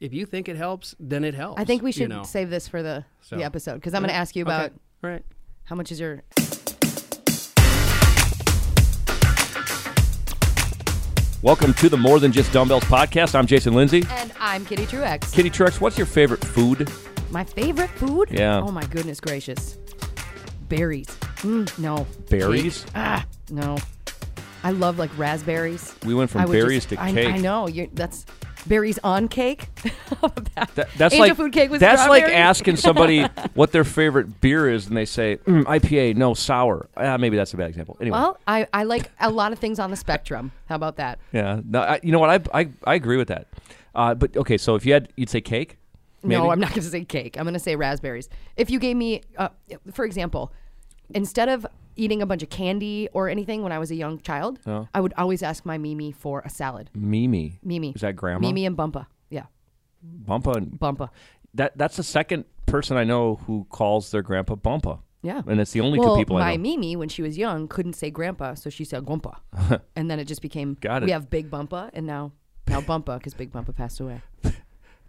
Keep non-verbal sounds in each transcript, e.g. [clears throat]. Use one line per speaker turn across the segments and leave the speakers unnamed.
if you think it helps, then it helps.
I think we
you
should
know.
save this for the
So.
the episode because I'm going to ask you about
Okay. All right.
how much is your.
Welcome to the More Than Just Dumbbells podcast. I'm Jason Lindsay.
And I'm Kitty Truex.
Kitty Trex, what's your favorite food?
My favorite food?
Yeah.
Oh my goodness gracious, berries. Mm, no.
Berries?
Cake. Ah, no. I love like raspberries.
We went from
I would
berries to
I-
cake.
I, know. You're, that's berries on cake. [laughs]
That- that's
Angel
like
food cake with
that's like
strawberries? [laughs]
asking somebody what their favorite beer is, and they say "Mm, IPA, no sour. Ah, maybe that's a bad example. Anyway,
Well, I, I like a lot of things on the spectrum. How about that?
yeah, no, I, you know what? I, I I agree with that. Uh, but okay, so if you had, you'd say cake. Maybe?
No, I'm not going to say cake. I'm going to say raspberries. If you gave me, uh, for example, instead of eating a bunch of candy or anything when I was a young child,
Oh.
I would always ask my Mimi for a salad.
Mimi.
Mimi.
Is that grandma?
Mimi and Bumpa. Yeah,
Bumpa. and-
Bumpa.
That that's the second person I know who calls their grandpa Bumpa.
Yeah.
and it's the only
Well,
two people
my
I know.
Mimi, when she was young, couldn't say grandpa, so she said Gumpa.
[laughs]
and then it just became,
Got
we
it.
have Big Bumpa and now, now Bumpa because Big Bumpa passed away.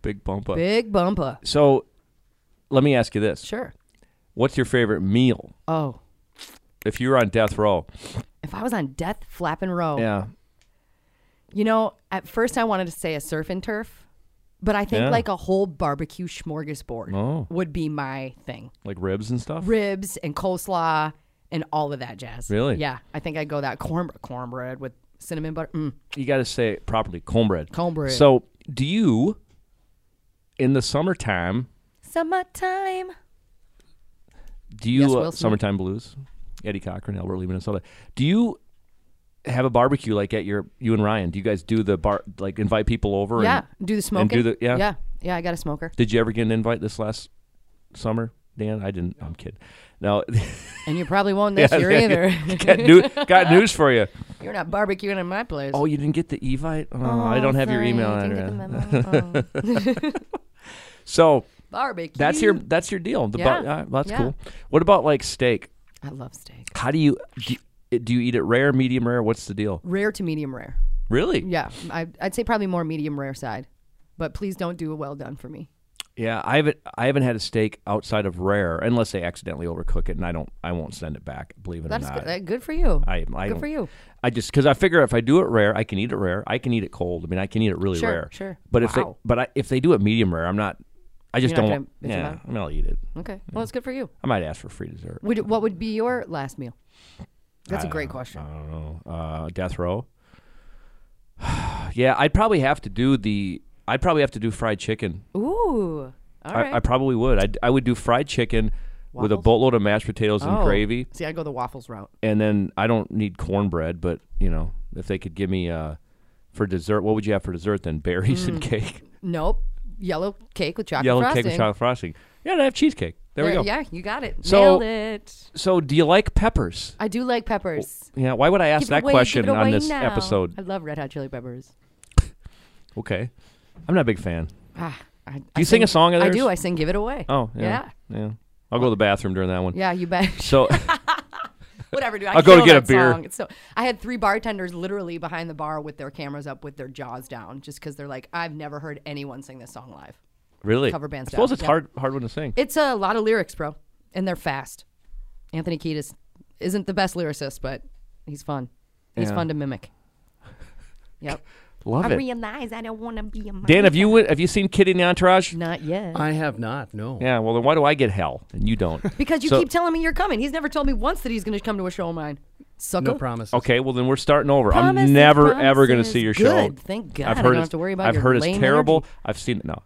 Big Bumpa.
Big Bumpa.
So, let me ask you this:
Sure.
What's your favorite meal?
Oh,
If you were on death row,
if I was on death flapping row,
yeah,
you know, at first I wanted to say a surf and turf, but I think
Yeah.
like a whole barbecue smorgasbord
Oh.
would be my thing.
like ribs and stuff.
Ribs and coleslaw and all of that jazz.
Really?
Yeah, I think I'd go that corn cornbread with cinnamon butter. Mm.
you got to say it properly cornbread.
Cornbread.
So, do you in the summertime
Summertime.
do you
Yes,
uh,
Will Smith.
summertime blues? Eddie Cochran, Elberly, Minnesota. Do you have a barbecue like at your you and Ryan? Do you guys do the bar like invite people over?
Yeah,
And,
do the smoking.
And do the yeah.
yeah, yeah. I got a smoker,
Did you ever get an invite this last summer, Dan? I didn't. I'm kidding.
[laughs]
No. [laughs]
and you probably won't this year either.
got, new, got news for you.
You're not barbecuing at my place.
Oh, you didn't get the evite. Oh, I don't have your email address. [laughs] So
Barbecue.
that's your that's your deal. The bar-
Yeah.
uh, that's
Yeah.
cool. What about like steak?
I love steak.
How do you do you, do you eat it rare, medium rare? What's the deal?
Rare to medium rare.
Really?
Yeah, I, I'd say probably more medium rare side, but please don't do a well done for me.
Yeah, I haven't I haven't had a steak outside of rare unless they accidentally overcook it, and I don't I won't send it back. Believe it
That's
or
good.
not.
That, good for you.
I, I
good
don't-
for you.
I just because I figure if I do it rare, I can eat it rare. I can eat it cold. I mean, I can eat it really
Sure,
rare.
sure.
But if
Wow.
they but I, if they do it medium rare, I'm not. I just
You're not
don't. want,
gonna bitch
yeah,
about it?
I mean, I'll eat it.
Okay. Well, it's good for you.
I might ask for free dessert.
Would, what would be your last meal? That's a great question.
I don't know. Uh, death row. [sighs] yeah, I'd probably have to do the. I'd probably have to do fried chicken.
Ooh. All
I,
right.
I probably would. I'd, I would do fried chicken with a
Waffles?
boatload of mashed potatoes and
Oh.
gravy,
See, I go the waffles route.
and then I don't need cornbread. But you know, if they could give me uh, for dessert, what would you have for dessert then? Berries and cake, [laughs]
Nope. Yellow cake with chocolate
yellow
Mm. frosting.
cake with chocolate frosting. Yeah, and I have cheesecake. There, we go.
Yeah, you got it.
So-
Nailed it.
So, do you like peppers?
I do like peppers.
Yeah. Why would I ask
Give it
that
away,
question
give it
on
away
this
now.
episode?
I love red hot chili peppers.
Okay, I'm not a big fan.
Ah, I, do
you sing a song of
I
theirs?
do. I sing "Give It Away."
Oh, yeah. Yeah. I'll go to the bathroom during that one.
Yeah, you bet. [laughs]
So
whatever. Dude, I
I'll go to
kill
get a
that
beer.
song. It's So I had three bartenders literally behind the bar with their cameras up, with their jaws down, just because they're like, I've never heard anyone sing this song live.
really,
Cover band
I suppose
style,
it's
yeah.
hard, hard one to sing.
It's a lot of lyrics, bro, and they're fast. Anthony Kiedis isn't the best lyricist, but he's fun. He's
Yeah.
fun to mimic.
[laughs]
Yep.
Love
I
it.
realize I don't want to be a man.
Dan, have you have you seen Kid in the Entourage?
Not yet.
I have not. No.
Yeah. Well, then why do I get hell and
[laughs]
you don't?
because you
So-
keep telling me you're coming. He's never told me once that he's going to come to a show of mine. Sucker.
No promises.
okay. Well, then we're starting over.
Promises,
I'm never ever going to
promises.
see your show.
Good. Thank God.
I've
I
heard
don't
it's,
have to worry about
I've
your
heard it's
lame
terrible. I've seen
[laughs]
it. No.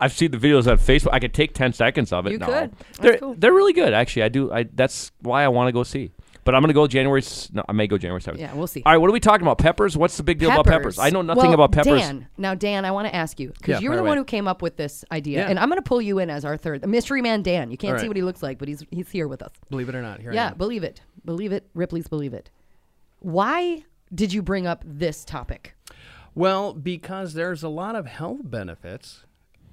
I've seen the videos on Facebook. I could take ten seconds of it.
You
no.
could. That's
They're
cool.
they're really good. Actually, I do. I that's why I want to go see. But I'm going to go January. s- No, I may go January seventh.
Yeah, we'll see.
All right. What are we talking about? Peppers. What's the big deal about peppers? I know nothing
Well,
about peppers.
Dan, now Dan, I want to ask you because
Yeah,
you're
fire
the one
away.
who came up with this idea,
Yeah.
and I'm going to pull you in as our third mystery man, Dan. You can't
All
see
right.
what he looks like, but he's he's here with us.
Believe it or not, here I
Yeah,
am.
believe it, believe it. Ripley's believe it. Why did you bring up this topic?
Well, because there's a lot of health benefits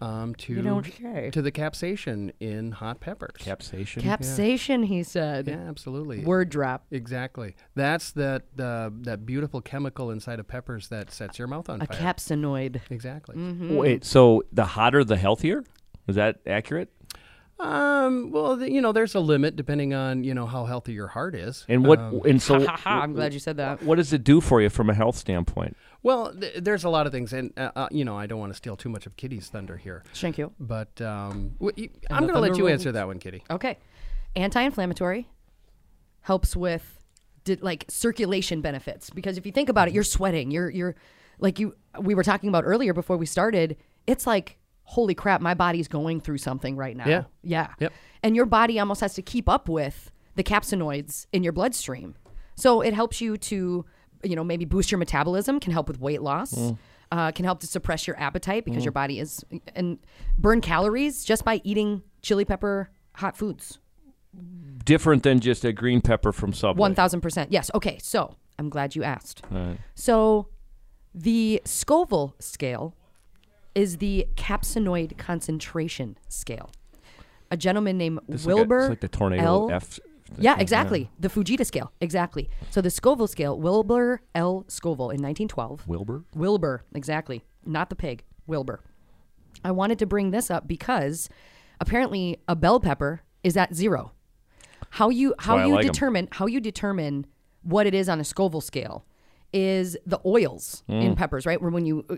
um, to
You don't say.
to the capsaicin in hot peppers.
Capsation.
Capsation, he said.
yeah, absolutely.
Word drop.
Exactly. That's that uh, that beautiful chemical inside of peppers that sets your mouth on
Oh,
A Mm-hmm.
fire.
capsinoid.
exactly.
mm.
Wait, so the hotter the healthier? Is that accurate?
Um. Well, th- you know, there's a limit depending on you know how healthy your heart is.
And what?
Um,
and
[laughs]
so,
Ha, I'm glad you said that.
what does it do for you from a health standpoint?
well, th- there's a lot of things, and uh, uh, you know, I don't want to steal too much of Kitty's thunder here,
Thank you.
but um, w- you, I'm going to
thunder
let you
rolls.
answer that one, Kitty.
Okay. Anti-inflammatory helps with di- like circulation benefits because if you think
Mm-hmm.
about it, you're sweating. You're you're like you we were talking about earlier before we started. It's like holy crap, my body's going through something right now.
Yeah.
Yeah.
Yep.
And your body almost has to keep up with the capsinoids in your bloodstream. So it helps you to, you know, maybe boost your metabolism, can help with weight loss,
Mm.
uh, can help to suppress your appetite because your body is, and burn calories just by eating chili pepper hot foods.
Different than just a green pepper from Subway.
1000%. Yes. Okay. So I'm glad you asked. So the Scoville scale is the capsinoid concentration scale. A gentleman named
It's like a-
Wilbur
it's like the tornado
L.
F.
Yeah, exactly. The Fujita scale. Exactly. So the Scoville scale, Wilbur L. Scoville in 1912.
Wilbur.
Wilbur, exactly. Not the pig, Wilbur. I wanted to bring this up because apparently a bell pepper is at zero. How you how
why I
you
like 'em.
determine how you determine what it is on a Scoville scale is the oils
Mm.
in peppers, right? Where when you uh,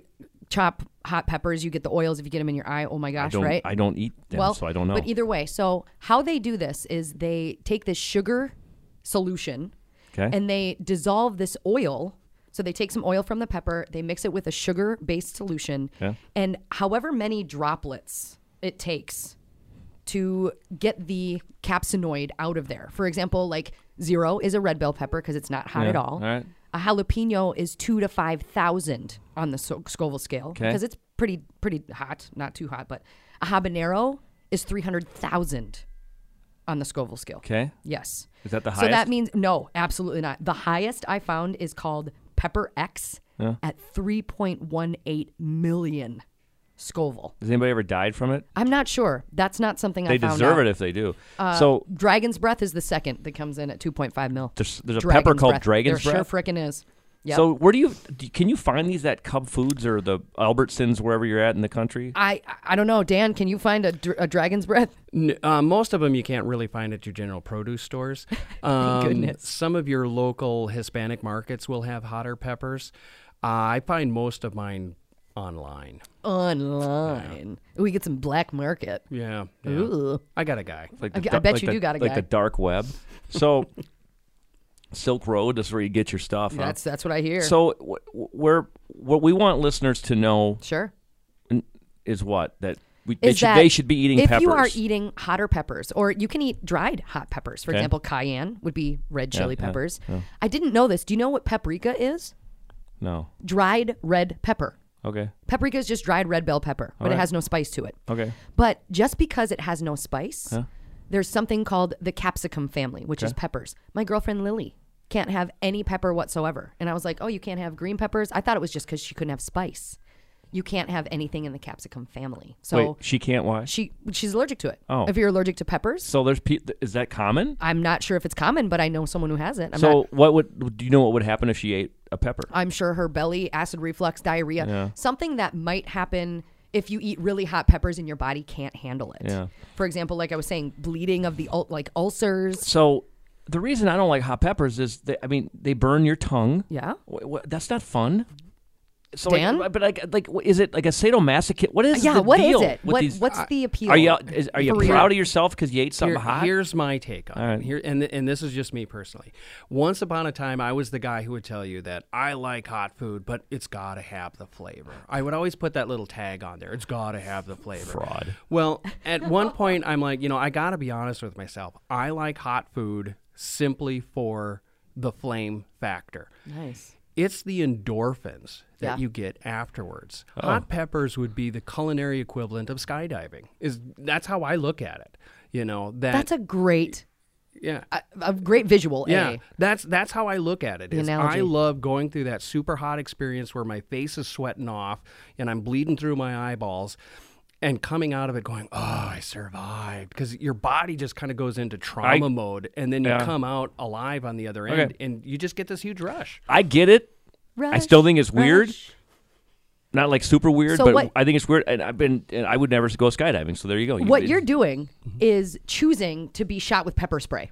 chop hot peppers, you get the oils. If you get them in your eye, oh my gosh,
Don't,
right?
I don't eat them, so I don't know.
But either way, so how they do this is they take this sugar solution
Okay.
and they dissolve this oil. So they take some oil from the pepper, they mix it with a sugar based solution,
Yeah.
and however many droplets it takes to get the capsinoid out of there. For example, like zero is a red bell pepper because it's not hot
Yeah,
at all.
all right.
A jalapeno is two to five thousand on the Sco- Scoville scale because it's pretty pretty hot, not too hot, but a habanero is three hundred thousand on the Scoville scale.
okay.
Yes.
Is that the
So that
highest?
means no, absolutely not. The highest I found is called Pepper X at three point one eight million Scoville.
Has anybody ever died from it?
I'm not sure. That's not something
They
I found
deserve
out. Uh,
it if they do. so
Dragon's Breath is the second that comes in at 2.5 mil.
There's- there's a pepper called Dragon's
there
Breath?
Sure, frickin' is. Yep.
So where do you do- can you find these at Cub Foods or the Albertsons wherever you're at in the country?
I I don't know, Dan. Can you find a, dr- a Dragon's
[laughs]
Breath?
N- uh, most of them you can't really find at your general produce [laughs] stores. Um,
goodness.
Some of your local Hispanic markets will have hotter peppers. Uh, I find most of mine online.
Online. We get some black market.
Yeah. yeah.
Ooh.
I got a guy.
Like
I g- I
da-
bet
like
you
the-
do got a
like the
guy.
dark web.
[laughs]
So Silk Road is where you get your stuff. huh?
That's that's what I hear.
So wh- wh- where what we want listeners to know
sure.
is what that we, they
Is
should
that
they should be eating
if
peppers.
you are e eating hotter peppers, or you can eat dried hot peppers. For
Okay.
example, cayenne would be red chili
yeah,
peppers. I didn't know this. Do you know what paprika is?
no.
Dried red pepper.
Okay.
Paprika is just dried red bell pepper, but it
right.
has no spice to it.
Okay.
But just because it has no spice, there's something called the capsicum family, which is peppers. My girlfriend Lily can't have any pepper whatsoever. And I was like, oh, you can't have green peppers? I thought it was just because she couldn't have spice. You can't have anything in the capsicum family. So
Wait, she can't watch.
she she's allergic to it.
Oh.
If you're allergic to peppers,
So there's pe- th- is that common?
I'm not sure if it's common, but I know someone who has it. I'm
so
not,
what would do you know what would happen if she ate a pepper?
I'm sure her belly, acid reflux, diarrhea, something that might happen if you eat really hot peppers and your body can't handle it.
Yeah.
For example, like I was saying, bleeding of the ul- like ulcers.
So the reason I don't like hot peppers is they, I mean they burn your tongue.
Yeah.
Wh- wh- that's not fun. So
Dan?
like, but like, like, wh- is it like a sadomasochist? What is
Yeah,
the
what is
deal
it?
with
What,
these-
what's the appeal?
Are you is, are you
for your-
proud of yourself because you ate something
Here-
hot?
Here's my take on it. Here, and and this is just me personally. Once upon a time, I was the guy who would tell you that I like hot food, but it's got to have the flavor. I would always put that little tag on there. It's got to have the flavor.
Fraud.
Well, at one point, I'm like, you know, I got to be honest with myself. I like hot food simply for the flame factor.
Nice.
It's the endorphins that
Yeah.
you get afterwards.
Oh.
Hot peppers would be the culinary equivalent of skydiving. Is that's how I look at it. You know that
That's a great,
yeah.
a, a great visual.
yeah,
A.
that's that's how I look at it. is I
eh. analogy.
love going through that super hot experience where my face is sweating off and I'm bleeding through my eyeballs, and coming out of it going, oh, I survived. Because your body just kind of goes into trauma
I-
mode, and then you
Yeah.
come out alive on the other end,
Okay.
and you just get this huge rush.
I get it. I
Rush,
still think it's weird.
rush.
Not like super weird,
So
but
what-
I think it's weird. And I've been, and I would never go skydiving. So there you go. You-
What you're doing is choosing to be shot with pepper
[clears throat]
spray,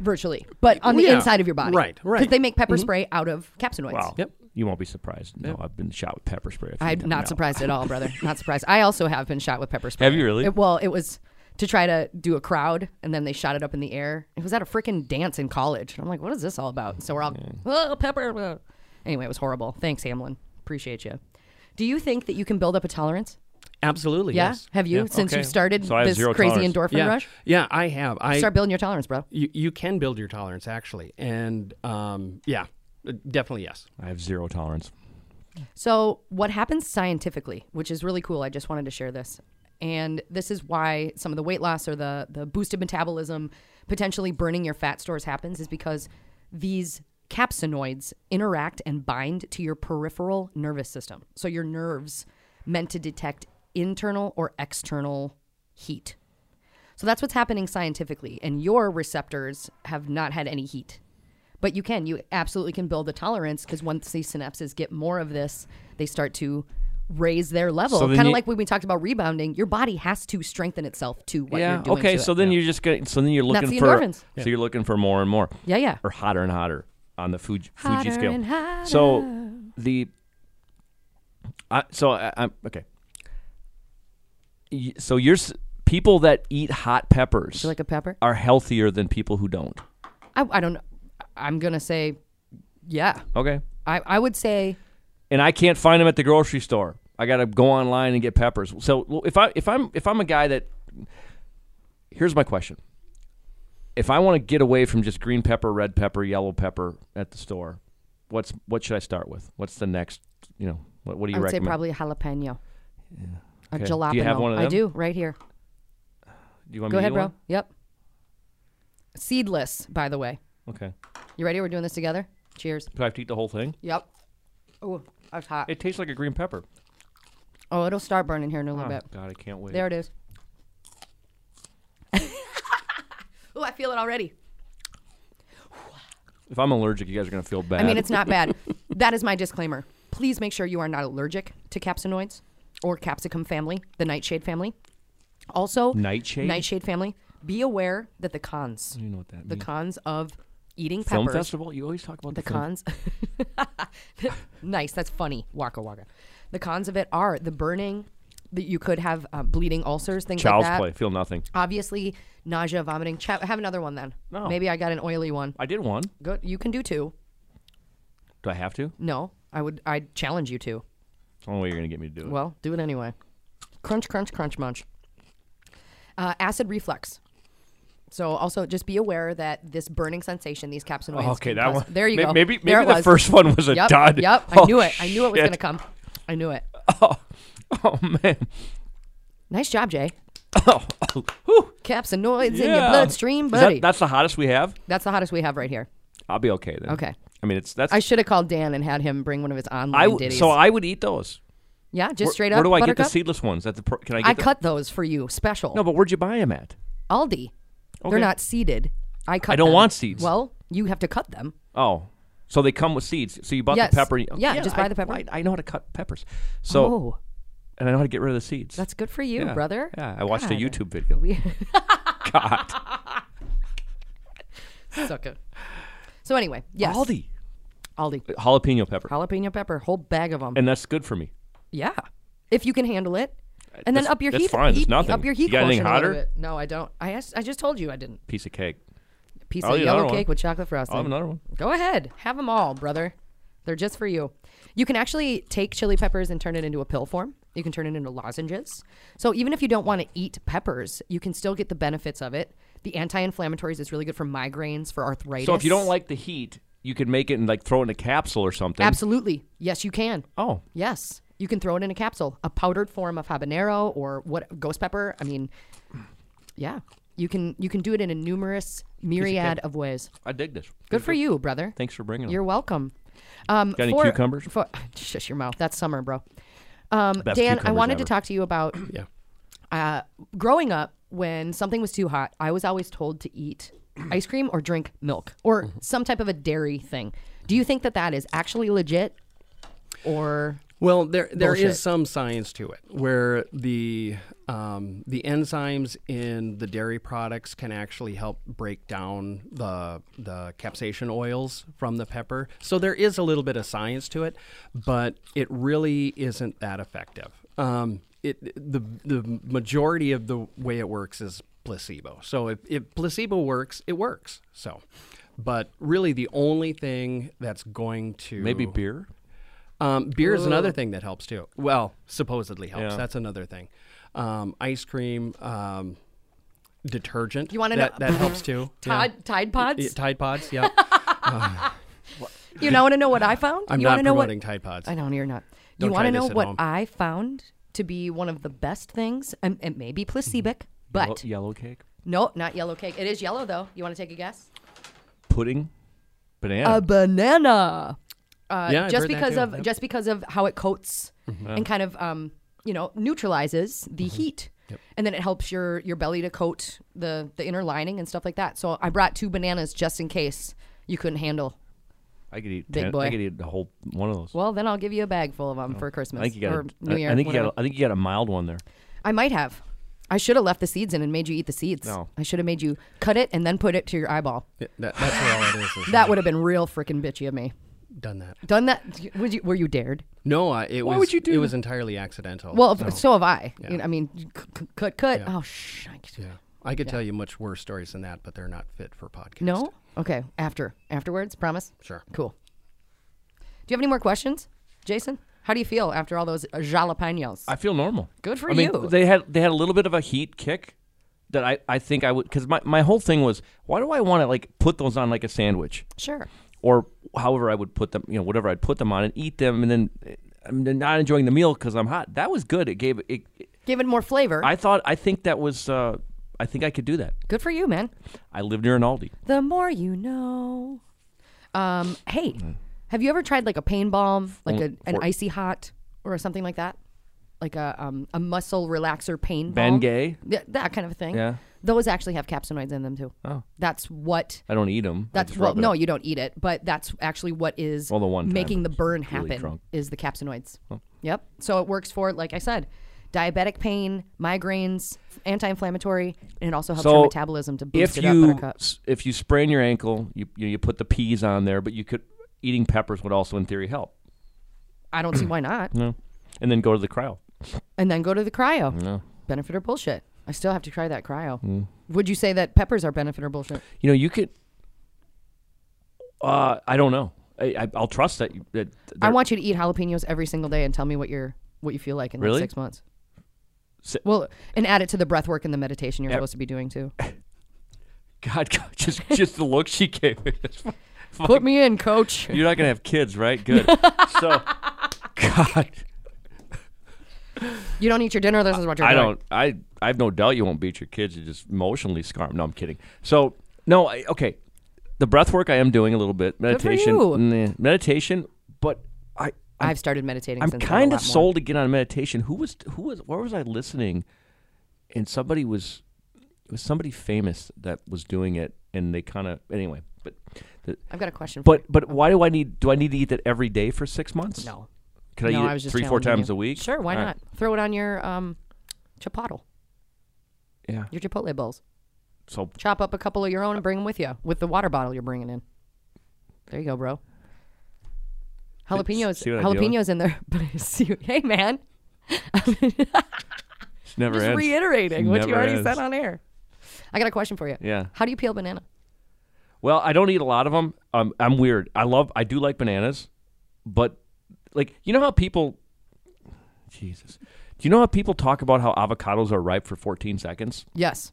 virtually, but on the
Yeah.
inside of your body.
Right, right.
Because they make pepper spray out of capsinoids.
Wow.
Yep.
You won't be surprised. No, I've been shot with pepper spray. a few
I'm
times.
not
No.
surprised at all,
[laughs]
brother. Not surprised. I also have been shot with pepper spray.
Have you really?
It- well, it was to try to do a crowd, and then they shot it up in the air. It was at a freaking dance in college. And I'm like, what is this all about? So we're all, oh, pepper. uh." Anyway, it was horrible. Thanks, Hamlin. Appreciate you. Do you think that you can build up a tolerance?
Absolutely.
Yeah.
Yes.
Have you,
Yeah.
since
Okay.
you've started
So I have
this
zero
crazy
tolerance.
endorphin
Yeah.
rush?
yeah, I have. I
Start building your tolerance, bro.
you, you can build your tolerance actually, and um, yeah, definitely yes.
I have zero tolerance.
So, what happens scientifically, which is really cool, I just wanted to share this. And this is why some of the weight loss or the, the boosted metabolism, potentially burning your fat stores happens, is because these capsinoids interact and bind to your peripheral nervous system. So, your nerves meant to detect internal or external heat. So, that's what's happening scientifically. And your receptors have not had any heat but you can you absolutely can build a tolerance because once these synapses get more of this they start to raise their level
So then
kind of
you-
like when we talked about rebounding your body has to strengthen itself to what
yeah.
you're doing
okay.
to
So
it.
then you're just getting. So then you're
That's
looking
the
for.
endorphins.
So you're looking for more and more.
yeah yeah
Or hotter and hotter on the Fuji,
Hotter
Fuji scale.
and hotter.
So the. I, so I, I'm okay. Y- So you're s- people that eat hot peppers
like a pepper
are healthier than people who don't.
I, I don't know i'm gonna say yeah
Okay.
i, I would say
and I can't find them at the grocery store. I got to go online and get peppers. So well, if I if I'm if I'm a guy that here's my question. If I want to get away from just green pepper, red pepper, yellow pepper at the store, what's what should I start with? What's the next, you know, what, what do you
i would say
recommend?
probably a jalapeno a
Okay.
jalapeno
Do you have one of
i
them?
do right here
do you want
go
me to
ahead
eat
bro
one?
yep seedless by the way
Okay.
you ready we're doing this together cheers
Do I have to eat the whole thing?
yep oh that's hot
It tastes like a green pepper.
oh it'll start burning here in a little
Oh,
bit
God, I can't wait.
There it [laughs] is. oh, I feel it already.
If I'm allergic, you guys are going to feel bad.
I mean, it's not bad. [laughs] that is my disclaimer. Please make sure you are not allergic to capsinoids or capsicum family, the nightshade family. Also,
Nightshade?
nightshade family. Be aware that the cons,
you know what that
the
means.
cons of eating
Film
peppers,
festival? You always talk about
the
the, film-
cons. [laughs] nice, that's funny. Waka waka. The cons of it are the burning. That you could have uh, bleeding ulcers, things
Child's
like that.
play. Feel nothing.
obviously nausea, vomiting. Ch- have another one then.
No.
Maybe I got an oily one.
I did one.
Good. You can do two.
Do I have to?
No, I would. I would challenge you to.
It's the only way you're going to get me to do it.
Well, do it anyway. Crunch, crunch, crunch, munch. Uh, acid reflux. So also just be aware that this burning sensation, these capsinoids.
[laughs] Okay,
can
that
cause-
one.
There you
may-
go.
Maybe maybe
there it
the
was.
first one was a
Yep.
dud.
Yep. I
Oh,
knew it. I knew it was
shit.
gonna come. I knew it.
[laughs] Oh man.
Nice job, Jay.
Oh, oh, whew.
Capsinoids in your
Yeah.
bloodstream,
Is
buddy.
That, that's the hottest we have.
That's the hottest we have right here.
I'll be okay then.
Okay.
I mean, it's that's.
I should have called Dan and had him bring one of his online
I w-
ditties.
so I would eat those.
Yeah, just
Where-
straight up.
Where do I get the
buttercup.
seedless ones? At the pro- can I get?
I
the-
cut those for you, special.
No, but where'd you buy them at?
Aldi. They're
Okay.
not seeded. I cut.
I don't
them.
want seeds.
Well, you have to cut them.
Oh, so they come with seeds. So you bought
Yes.
the pepper. and-
Yeah, just buy the pepper.
I, I know how to cut peppers. So
oh,
and I know how to get rid of the seeds.
that's good for you,
Yeah.
brother.
Yeah, I watched a
God.
YouTube video.
We- [laughs] Sucker. So anyway, yes,
Aldi
Aldi,
jalapeno pepper,
jalapeno pepper, whole bag of them.
and that's good for me.
yeah, if you can handle it, and then
That's-
up your
that's
heat.
fine. It's
heat-
nothing.
Up your heat
You got anything
quotient a little
hotter?
bit. No, I don't. I asked, I just told you I didn't.
Piece of cake.
Piece
I'll
of
eat
yellow
another one.
cake with chocolate frosting.
I'll have another one.
Go ahead. Have them all, brother. They're just for you. You can actually take chili peppers and turn it into a pill form. You can turn it into lozenges. So even if you don't want to eat peppers, you can still get the benefits of it. The anti-inflammatories is really good for migraines, for arthritis.
So if you don't like the heat, you could make it and like throw it in a capsule or something.
Absolutely. Yes, you can.
Oh,
Yes. You can throw it in a capsule, a powdered form of habanero or what ghost pepper. I mean, yeah. You can you can do it in a numerous myriad of ways.
I dig this.
Good for you, brother.
Thanks for bringing
You're
them.
welcome. Um,
Got any
for- [laughs]
cucumbers?
for- shush your mouth. That's summer, bro. Um,
Best
Dan, I
cucumbers
wanted to
ever.
talk to you about
Yeah.
Uh, growing up, when something was too hot, I was always told to eat ice cream or drink milk or
Mm-hmm.
some type of a dairy thing. Do you think that that is actually legit? Or
Well, there there is
Bullshit.
some science to it where the um, the enzymes in the dairy products can actually help break down the the capsaicin oils from the pepper. So there is a little bit of science to it, but it really isn't that effective. Um, it the the majority of the way it works is placebo. So if, if placebo works, it works. So, but really the only thing that's going to
Maybe beer.
um, beer is another thing that helps too. Well, supposedly helps.
Yeah.
That's another thing. Um, ice cream, um, detergent.
You wanna know-
that, that helps too.
[laughs] Tide, Tide Pods?
Yeah, Tide Pods.
[laughs]
Yeah,
you know, want to know what I found?
I'm
you
not
wanna know
promoting
what,
Tide Pods.
I know you're not.
Don't
you
try
want
this
to know
at
what
home.
I found to be one of the best things? And it may be placebic,
Mm-hmm.
Yellow,
but
yellow cake,
no, not yellow cake. It is yellow though. You want to take a guess?
pudding, banana.
A banana. Uh,
Yeah, I've heard
just
that
because
too.
of
Yep. Mm-hmm.
just because of how it coats and kind of um, you know neutralizes the heat, and then it helps your your belly to coat the the inner lining and stuff like that. So I brought two bananas just in case you couldn't handle.
I could eat.
Big
ten- I
boy.
could eat a whole one of those.
Well, then I'll give you a bag full of them for Christmas
Oh, I think you got.
or
A,
New
I,
Year.
I think you
whatever.
got. A, I think you got a mild one there.
I might have. I should have left the seeds in and made you eat the seeds.
No.
I should have made you cut it and then put it to your eyeball.
Yeah, that, that's where all it
[laughs]
is. is
That would have been real freaking bitchy of me.
done that.
Done that? Would you, were you dared?
No, I, it
Why
was.
would you do
It was
that?
entirely accidental.
Well,
so,
if- so have I. You know, I mean, c- c- cut, cut. Oh, shh. I c-
yeah, I could tell you much worse stories than that, but they're not fit for podcast.
No? Okay. After. Afterwards? Promise?
Sure.
Cool. Do you have any more questions, Jason? How do you feel after all those uh, jalapenos?
I feel normal.
Good for
I mean,
you.
They had they had a little bit of a heat kick that I, I think I would because my, my whole thing was why do I want to like put those on like a sandwich
sure.
or however I would put them you know whatever I'd put them on and eat them and then eh, I'm then not enjoying the meal because I'm hot. That was good. It gave it.
Give it more flavor.
I thought I think that was uh, I think I could do that.
Good for you, man.
I live near an Aldi.
The more you know. Um, hey,
Hmm.
have you ever tried like a pain balm, like a, an
for-
icy hot or something like that? Like a um, a muscle relaxer pain balm.
Bengay.
Yeah, that kind of a thing.
Yeah.
Those actually have capsinoids in them too. Oh. That's what
I don't eat them.
that's well no, you don't eat it, but that's actually what is
Well, the one time
making the
I was
burn
really
happen
drunk. Oh.
is the capsinoids. Yep. So it works for like I said, diabetic pain, migraines, anti-inflammatory, and it also helps your metabolism to boost
if
it up
you
buttercup.
s- if you sprain your ankle, you you, you put the peas on there, but you could eating peppers would also in theory help.
I don't see why not.
No, and then go to the cryo.
and then go to the cryo. Benefit or bullshit? I still have to try that cryo.
Mm.
Would you say that peppers are benefit or bullshit?
You know, you could. Uh, I don't know. I, I I'll trust that. you- that
I
they're-
want you to eat jalapenos every single day and tell me what you're what you feel like in like,
Really? uh,
six months.
Si-
well, and add it to the breath work and the meditation you're
Ev-
supposed to be doing
[laughs]
too.
God, God, just just the look she gave me. [laughs] It's fu-
Put me in, coach. [laughs]
You're not gonna have kids, right? Good. so, God,
You don't eat your dinner. This is what you're
I
doing.
don't. I I have no doubt you won't beat your kids. You just emotionally scar 'em. No, I'm kidding. So no, I, okay. The breath work I am doing a little bit
for
meditation,
you.
nah, meditation, but I
I've started meditating.
I'm
since then a
kind
lot
of
more.
sold again on meditation. Who was who was where was I listening? And somebody was it was somebody famous that was doing it, and they kind of anyway. But the,
I've got a question. for
but
you.
but why do I need do I need to eat that every day for six months?
no,
can I
no,
eat
I
it
was just
three four
challenging
times
you.
a week?
Sure, why
All right.
not? Throw it on your um, chipotle,
Yeah.
your chipotle bowls.
So
Chop up a couple of your own and bring them with you with the water bottle you're bringing in. There you go, bro. Jalapenos,
see what I deal with?
jalapenos in there. [laughs] But I see- hey, man,
it's never
just
ends.
reiterating what you
Never
already
ends.
said on air. I got a question for you.
Yeah.
How do you peel banana?
Well, I don't eat a lot of them. Um, I'm weird. I love, I do like bananas, but like, you know how people, Jesus, do you know how people talk about how avocados are ripe for 14 seconds?
Yes.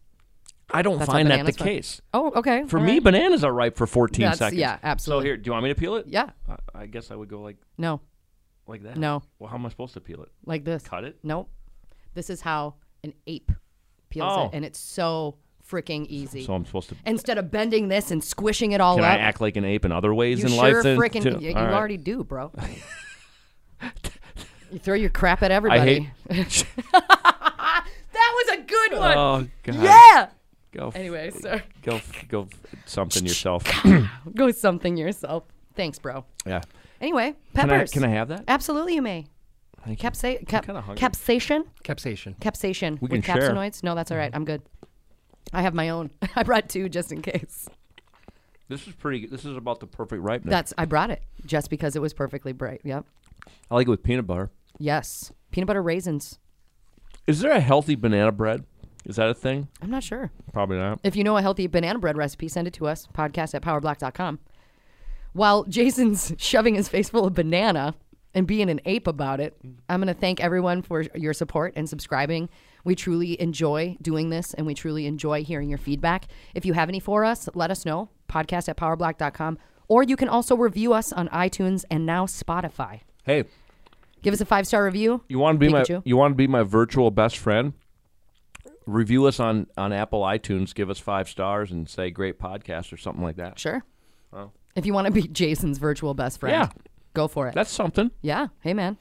I don't
That's how
find that the
bananas work.
case.
Oh, okay.
For
all
me,
right.
bananas are ripe for 14
That's-
seconds.
yeah,
So
absolutely.
here, do you want me to peel it?
yeah.
I, I guess I would go like,
No,
like that.
No.
Well, how am I supposed to peel it?
like this.
Cut it?
Nope. This is how an ape peels
Oh.
it, and it's so freaking easy.
So I'm supposed to, can
Instead of bending this and squishing it all
I
up,
act like an ape in other ways
you
in
sure
life? than-
frickin'
to-
you, you
all right.
already do,
[laughs]
bro. you throw your crap at everybody.
[laughs] I hate,
that was one.
Oh God.
yeah.
Go. f-
Anyway, so
Go. f- Go. f- Something yourself.
go something yourself. Thanks, bro.
yeah.
Anyway,
Can I,
peppers.
can I have that?
Absolutely, you may.
Thank you.
Capsa- cap-
kinda hungry.
capsation.
Capsation.
capsation
We
with
can share.
capsinoids. No, that's all right. I'm good. I have my own. [laughs] I brought two just in case.
This is pretty. This is about the perfect ripeness.
That's I brought it just because it was perfectly bright. Yep.
I like it with peanut butter.
Yes. Peanut butter raisins.
Is there a healthy banana bread? Is that a thing?
I'm not sure.
Probably not.
If you know a healthy banana bread recipe, send it to us. Podcast at powerblock.com. While Jason's [laughs] shoving his face full of banana and being an ape about it, I'm going to thank everyone for your support and subscribing. We truly enjoy doing this and we truly enjoy hearing your feedback. If you have any for us, let us know. Podcast at powerblock.com. Or you can also review us on iTunes and now Spotify.
Hey,
Give us a five star review.
you want to be my
Pikachu.
you want to be my virtual best friend? Review us on on Apple iTunes. Give us five stars and say great podcast or something like that.
Sure. If you want to be Jason's virtual best friend,
Yeah.
go for it.
That's something.
Yeah. Hey, man.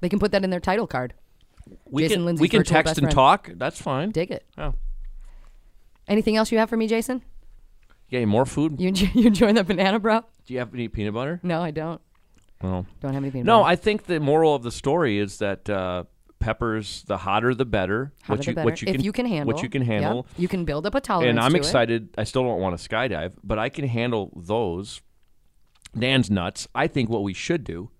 They can put that in their title card.
We
Jason
can
Lindsay,
we can
virtual
text
best
and
friend.
talk. That's fine.
Dig it.
Oh,
Anything else you have for me, Jason?
yeah. More food.
You enjoy, [laughs] you enjoy that banana, bro?
Do you have any peanut butter?
No, I don't.
No.
Don't have anything.
No, I think the moral of the story is that uh, peppers, the hotter the better.
Hotter
what
the
you,
better.
What you
if
can,
you can handle,
What you can
yeah.
handle.
you can build up a tolerance.
and I'm
to it.
excited. I still don't want to skydive, but I can handle those. Dan's nuts. I think what we should do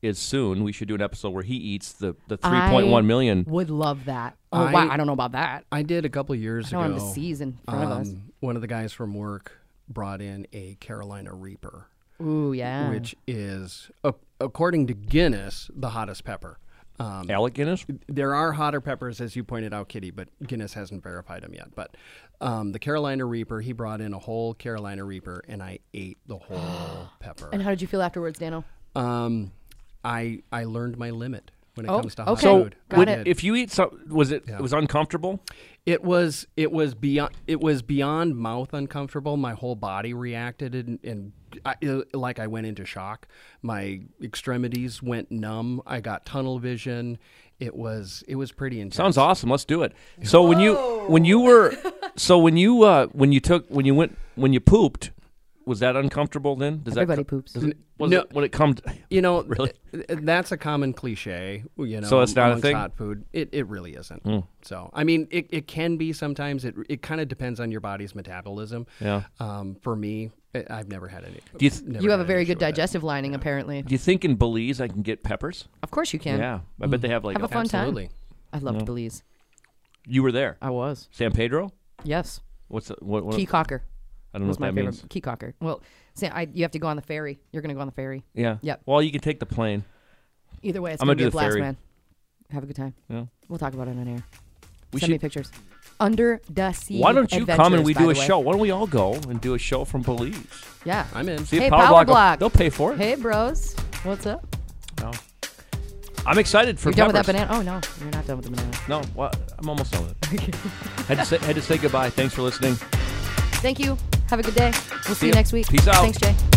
is soon we should do an episode where he eats the the
I
3.1 million.
Would love that. Oh
I-
wow, I don't know about that.
I did a couple years
I don't
ago.
want the C's in front of us.
um, One of the guys from work brought in a Carolina Reaper,
Ooh yeah.
which is, a- according to Guinness, the hottest pepper. Um,
Alec Guinness.
there are hotter peppers, as you pointed out, Kitty, but Guinness hasn't verified them yet. But um, the Carolina Reaper, he brought in a whole Carolina Reaper, and I ate the
[gasps]
whole pepper.
and how did you feel afterwards, Dano?
Um, I I learned my limit when it
Oh,
comes to hot
okay. So
food.
Got
I
Would-
it.
did.
If you eat some, was it it was uncomfortable?
It was it was beyond it was beyond mouth uncomfortable. My whole body reacted and, and I, it- like I went into shock. My extremities went numb. I got tunnel vision. It was it was pretty intense.
Sounds awesome. Let's do it. So when you when you
[laughs]
were so when you uh, when you took when you went when you pooped, was that uncomfortable then? Does
Everybody
that co-
poops.
Does it, was
No.
it when it comes?
You know,
[laughs] Really?
th- th- that's a common cliche. You know,
So it's not a
amongst
thing? Hmm.
Hot food, it, it really isn't. So I mean, it, it can be sometimes. It it kind of depends on your body's metabolism.
Yeah.
Um, for me, I- I've never had any.
Do you th-
never
You have
had
a
an
very
issue
good
with it.
digestive lining, apparently.
Do you think in Belize I can get peppers?
Of course you can.
Yeah, I bet they have like
Have a fun
Absolutely.
time. I loved Belize.
You were there.
I was.
San Pedro?
Yes.
What's the, what, what
Key cocker
I don't know
was
what
my
that
favorite.
means.
Key cocker. Well, see, I, you have to go on the ferry. You're gonna go on the ferry.
Yeah.
Yep.
Well, you can take the plane.
Either way, it's
I'm
gonna, be
gonna do
a
the
blast,
ferry.
man. Have a good time.
Yeah.
We'll talk about it on air.
We
Send me
should.
pictures. Under the sea.
Why don't you come and
Adventures,
we
by
do a
the way.
show? Why don't we all go and do a show from Belize?
Yeah.
I'm in.
See
Hey,
if Power,
Power
Block, will-
Block.
They'll pay for it.
Hey, bros. What's up?
No. I'm excited for
You're done with that
peppers.
banana? Oh no, you're not done with the banana.
No, well, I'm almost done with it. [laughs] had, to say, had to say goodbye. Thanks for listening.
Thank you. Have a good day. We'll see,
See
you
ya.
next week.
Peace out.
Thanks, Jay.